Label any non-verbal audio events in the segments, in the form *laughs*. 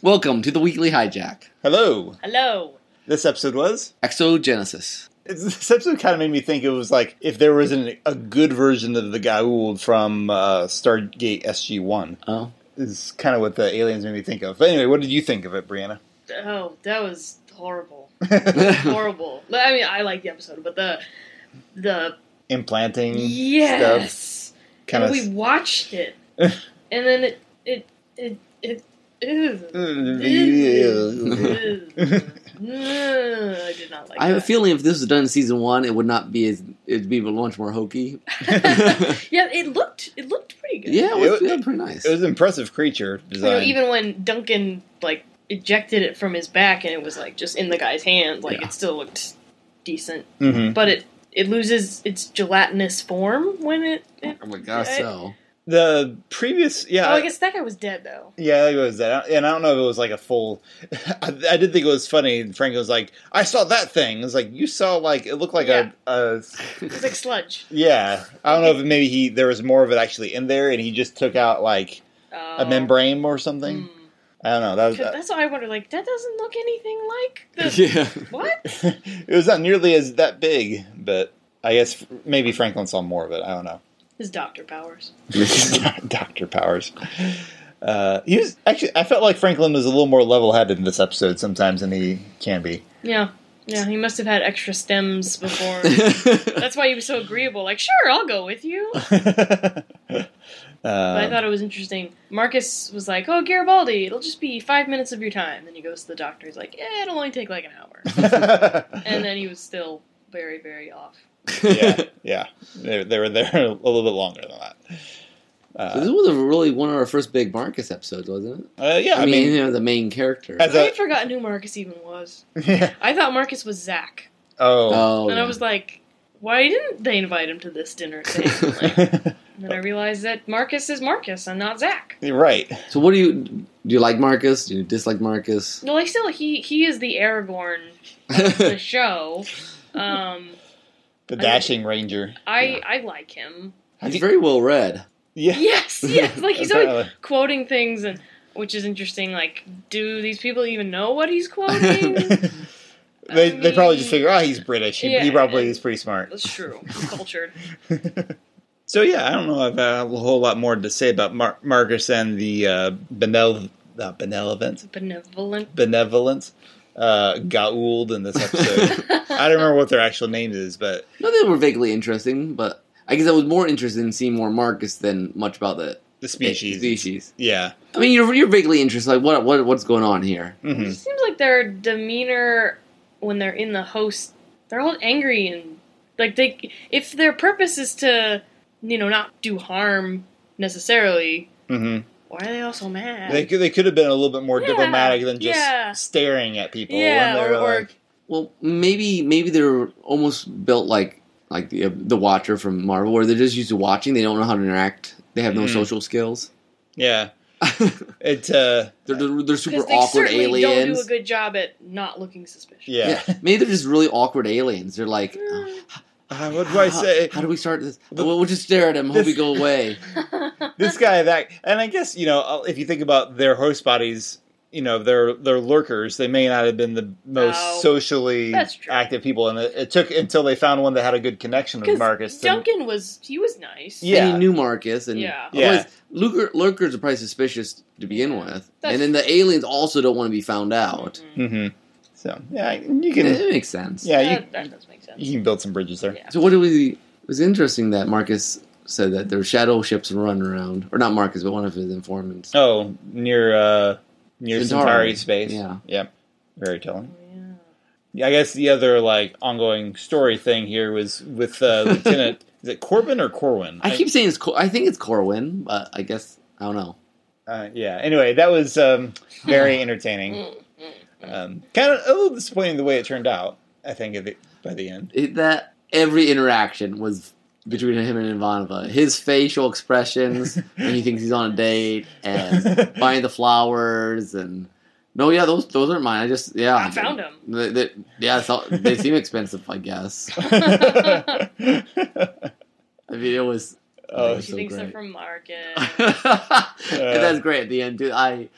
Welcome to the weekly hijack. Hello. Hello. This episode was. Exogenesis. It's, this episode kind of made me think it was like if there was an, a good version of the Gaul from uh, Stargate SG One. *laughs* Oh, Is kind of what the aliens made me think of. But anyway, what did you think of it, Brianna? *laughs* Oh, that was horrible. I horrible. Like, I mean, I like the episode, but the the Implanting Mm, stuff. yes, Kind and of. *laughs* we watched it, and then it it it it. ew. *laughs* Ew. No, I did not like. have a that. feeling if this was done in season one, it would not be as it'd be much more hokey. yeah, it looked it looked pretty good. Yeah, it was, It- yeah, pretty nice. it was an impressive creature You know, design. even when Duncan like ejected it from his back and it was like just in the guy's hand, like Yeah. it still looked decent. Mhm. But it it loses its gelatinous form when it. it oh my gosh, I- so The previous, yeah, oh, I guess that guy was dead though. Yeah, it was that, and I don't know if it was like a full. *laughs* I, I did think it was funny. and Frank was like, "I saw that thing." It's like you saw like it looked like Yeah. a, *laughs* a It was like sludge. yeah. I don't know if maybe he there was more of it actually in there, and he just took out like Oh. a membrane or something. Mm. I don't know. That was uh, 'Cause That's why I wonder. Like that doesn't look anything like *laughs* *laughs* the yeah. what? it was not nearly as that big, but I guess maybe Franklin saw more of it. I don't know. *laughs* His doctor powers. Doctor Powers. Uh, he was actually. I felt like Franklin was a little more level-headed in this episode sometimes than he can be. Yeah, yeah. He must have had extra *laughs* stems before. yeah, That's why he was so agreeable. Like, sure, I'll go with you. *laughs* But I Uh, thought it was interesting. Marcus was like, "Oh, Garibaldi, it'll just be five minutes of your time." Then he goes to the doctor. He's like, "Yeah, it'll only take like an hour." *laughs* uh, and then he was still very, very off. yeah, yeah, they, they were there a little bit longer than that. So *laughs* this Uh, was a really one of our first big Marcus episodes, wasn't it? uh, yeah, I, mean, you know, the main character. As I a- had forgotten who Marcus even was. yeah. I thought Marcus was Zach, *laughs* Oh, oh, and I yeah. was like, "Why didn't they invite him to this *laughs* dinner thing?" Like, and then I realized that Marcus is Marcus and not Zach. You're right. so what do you do? You like Marcus? Do you dislike Marcus? No, like still, he he is the Aragorn of *laughs* the show. Um, The I- dashing ranger. I Yeah. I like him. *laughs* He's very well read. Yeah, *laughs* Yes, yes. Like he's always apparently. quoting things and which is interesting like do these people even know what he's quoting *laughs* they, I they probably just mean- figure, oh, he's British. He, he Yeah. probably is pretty smart. that's true cultured So yeah, I don't know. I've had a whole lot more to say about Mar- Marcus and the uh, benel- uh, benevolent benevolent *laughs* benevolent uh, Gauld in this episode. I don't remember what their actual name is, but No, they were vaguely interesting, but I guess I was more interested in seeing more Marcus than much about the the species. Species. Yeah. I mean, you're, you're vaguely interested. Like, what what what's going on here? hmm it seems like their demeanor when they're in the host they're all angry and like they if their purpose is to you know not do harm necessarily hmm why are they all so mad They could, they could have been a little bit more Yeah, diplomatic than just yeah. staring at people. Yeah, when they or- were or- like, Well, maybe maybe they're almost built like like the uh, the Watcher from Marvel, where they're just used to watching. They don't know how to interact. They have no Mhm. social skills. *laughs* yeah, they're, it. Uh, they're they're super because they awkward certainly don't do a aliens. good job at not looking suspicious *laughs* yeah. Maybe they're just really awkward aliens. They're like, uh, Uh, what do I how- *laughs* say? How do we start this? The- we'll we'll just stare at him, hope this- he go away. this guy that, and I guess you know, uh, if you think about their host bodies, you know, they're they're lurkers. They may not have been the most No. socially Oh, That's true. active people, and it, it took until they found one that had a good connection with because Marcus. to- Duncan was he was nice Yeah. And he knew Marcus, and Yeah. otherwise, lurker, lurkers are probably suspicious to begin with, That's- and then the aliens also don't want to be found out. Mhm. Mhm. So yeah, you It, can makes sense. yeah you, that, that does make sense. you can build some bridges there. Yeah. So what do we? It was interesting that Marcus said that there were shadow ships running around, or not Marcus, but one of his informants. Oh, near uh near Centauri. Centauri space. Yeah. Yep. Very telling. Yeah. Yeah, I guess the other like ongoing story thing here was *laughs* with uh, Lieutenant is it Corbin or Corwin? I keep saying it's. Cor- I think it's Corwin, but I guess I don't know. uh, yeah. Anyway, that was um, *sighs* very entertaining. Mm, mm. Um, kind of a little disappointing the way it turned out. I think at the, by the end. It, that every interaction was between him and Ivanova. His facial expressions when he thinks he's on a date and *laughs* buying the flowers and. No, yeah, those those aren't mine. I just yeah, I found him. They, they- yeah, I saw- they seem expensive, I guess. I mean, it was. *laughs* *laughs* Oh, That's she so thinks great. *laughs* they're from Larkin. and that's great at the end, dude. I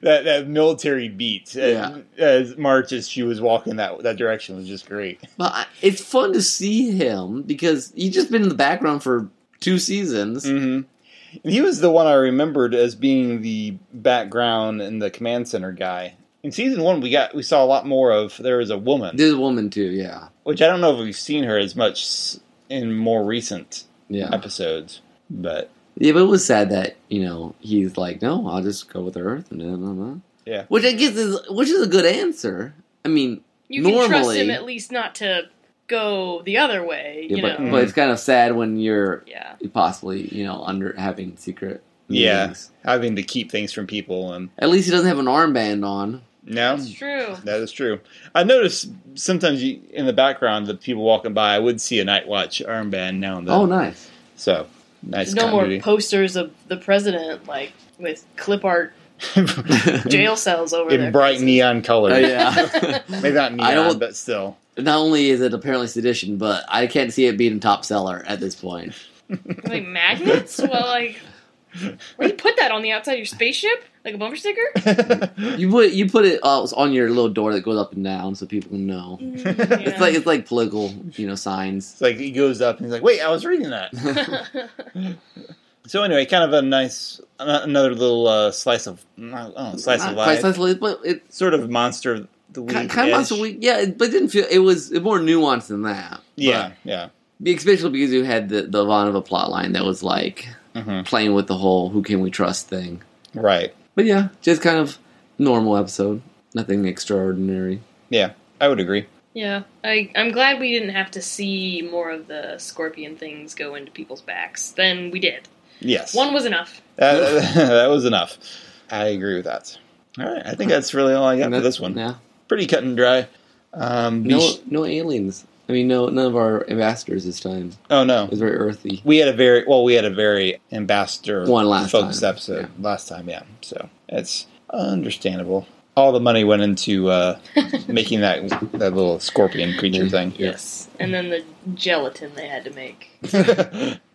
that that military beat Yeah. as, as March as she was walking that that direction was just great. But I, it's fun to see him because he's just been in the background for two seasons. Mm-hmm. He was the one I remembered as being the background and the command center guy. In season one, we got we saw a lot more of there was a woman, This woman too, yeah, which I don't know if we've seen her as much s- in more recent yeah, episodes. But yeah. But it was sad that you know he's like, no, I'll just go with the Earth, and blah, blah, blah." Yeah. which I guess is which is a good answer. I mean, You can trust Normally- him at least not to go the other way, yeah, you but, mm. know. but it's kind of sad when you're yeah. possibly you know under having secret. Yeah. meetings. having to keep things from people and At least he doesn't have an armband on. no, That's true. That is true. I noticed sometimes you, in the background, the people walking by, I would see a night watch armband now and then. Oh, nice. So nice no continuity. *laughs* more *laughs* posters of the president like with clip art *laughs* jail cells over in there. bright neon colors. Oh, yeah. *laughs* Maybe not I neon, don't- but still. Not only is it apparently sedition, but I can't see it being top seller at this point. like magnets? well, like where you put that on the outside of your spaceship? Like a bumper sticker? You put you put it uh, on your little door that goes up and down so people can know. Mm, It's It's like it's like political, you know, signs. *laughs* Uh, It's like he goes up and he's like, "Wait, I was reading that." So anyway, kind of a nice, an- another little uh, slice of, I don't know, slice Not of life, quite Uh, slice of life, but it sort of monster of the week. kind of monster week. Yeah, it- but it didn't feel it was more nuanced than that. Yeah, yeah. But, especially because you had the the Vonova plot line that was like hmm playing with the whole "who can we trust" thing. Right. But yeah, just kind of normal episode, nothing extraordinary. Yeah, I would agree. *laughs* yeah. I I'm glad we didn't have to see more of the scorpion things go into people's backs than we did. Yes. One was enough. *laughs* That, *laughs* that was enough. I agree with that. All right, I think that's really all I got And for that- this one. yeah, Pretty cut and dry. Um, be no sh- no aliens. I mean, no none of our ambassadors this time. oh It no, was very earthy. we had a very well, we had a very ambassador One last focused time, episode last time. Yeah, so it's understandable. All the money went into *laughs* uh, making that that little scorpion creature thing. Yes. And then the gelatin they had to make. *laughs*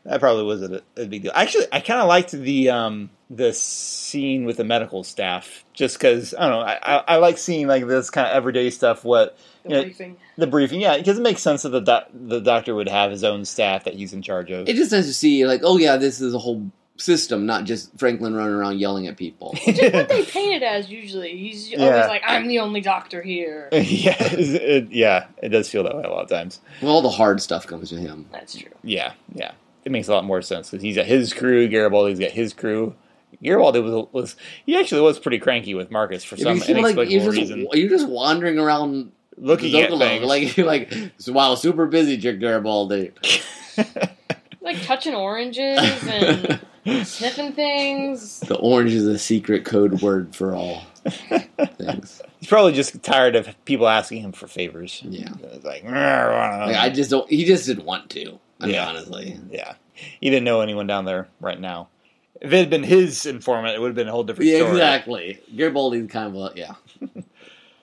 that probably was a, a big deal. Actually, I kind of liked the um, the scene with the medical staff, just because I don't know. I, I, I like seeing like this kind of everyday stuff. What The Yeah. briefing. the briefing, yeah, because it makes sense that the doc- the doctor would have his own staff that he's in charge of. It's just nice to see, like, oh yeah, this is a whole system, not just Franklin running around yelling at *laughs* people. Just what they paint it as usually. He's Yeah. always like, I'm the only doctor here. *laughs* yeah, it's- it, yeah, it does feel that way a lot of times. well, all the hard stuff comes to him. That's true. Yeah, yeah, it makes a lot more sense because he's got his crew. Garibaldi's got his crew. Garibaldi was, was he actually was pretty cranky with Marcus for If some you feel like inexplicable you're just, reason. you're just wandering around Looking at Zocalo, things, like you're like *laughs* wow, super busy, Jack Garibaldi. Like touching oranges *laughs* and sniffing things. The orange is a secret code word for all things. He's probably just tired of people asking him for favors. Yeah, It's like, "Rah, rah." like, I just don't. He just didn't want to. I mean, Yeah. honestly, yeah, he didn't know anyone down there right now. If it had been his informant, it would have been a whole different yeah, story. exactly. Garibaldi's kind of a yeah.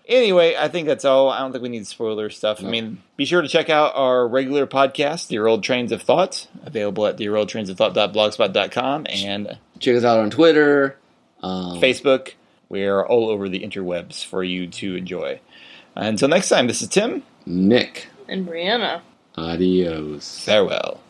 Anyway, I think that's all. I don't think we need spoiler stuff. I No. mean, be sure to check out our regular podcast, Dear Old Trains of Thought, available at dearoldtrainsofthought.blogspot.com and Check us out on Twitter, um, Facebook. We are all over the interwebs for you to enjoy. Until next time, this is Tim. Nick. And Brianna. Adios. Farewell.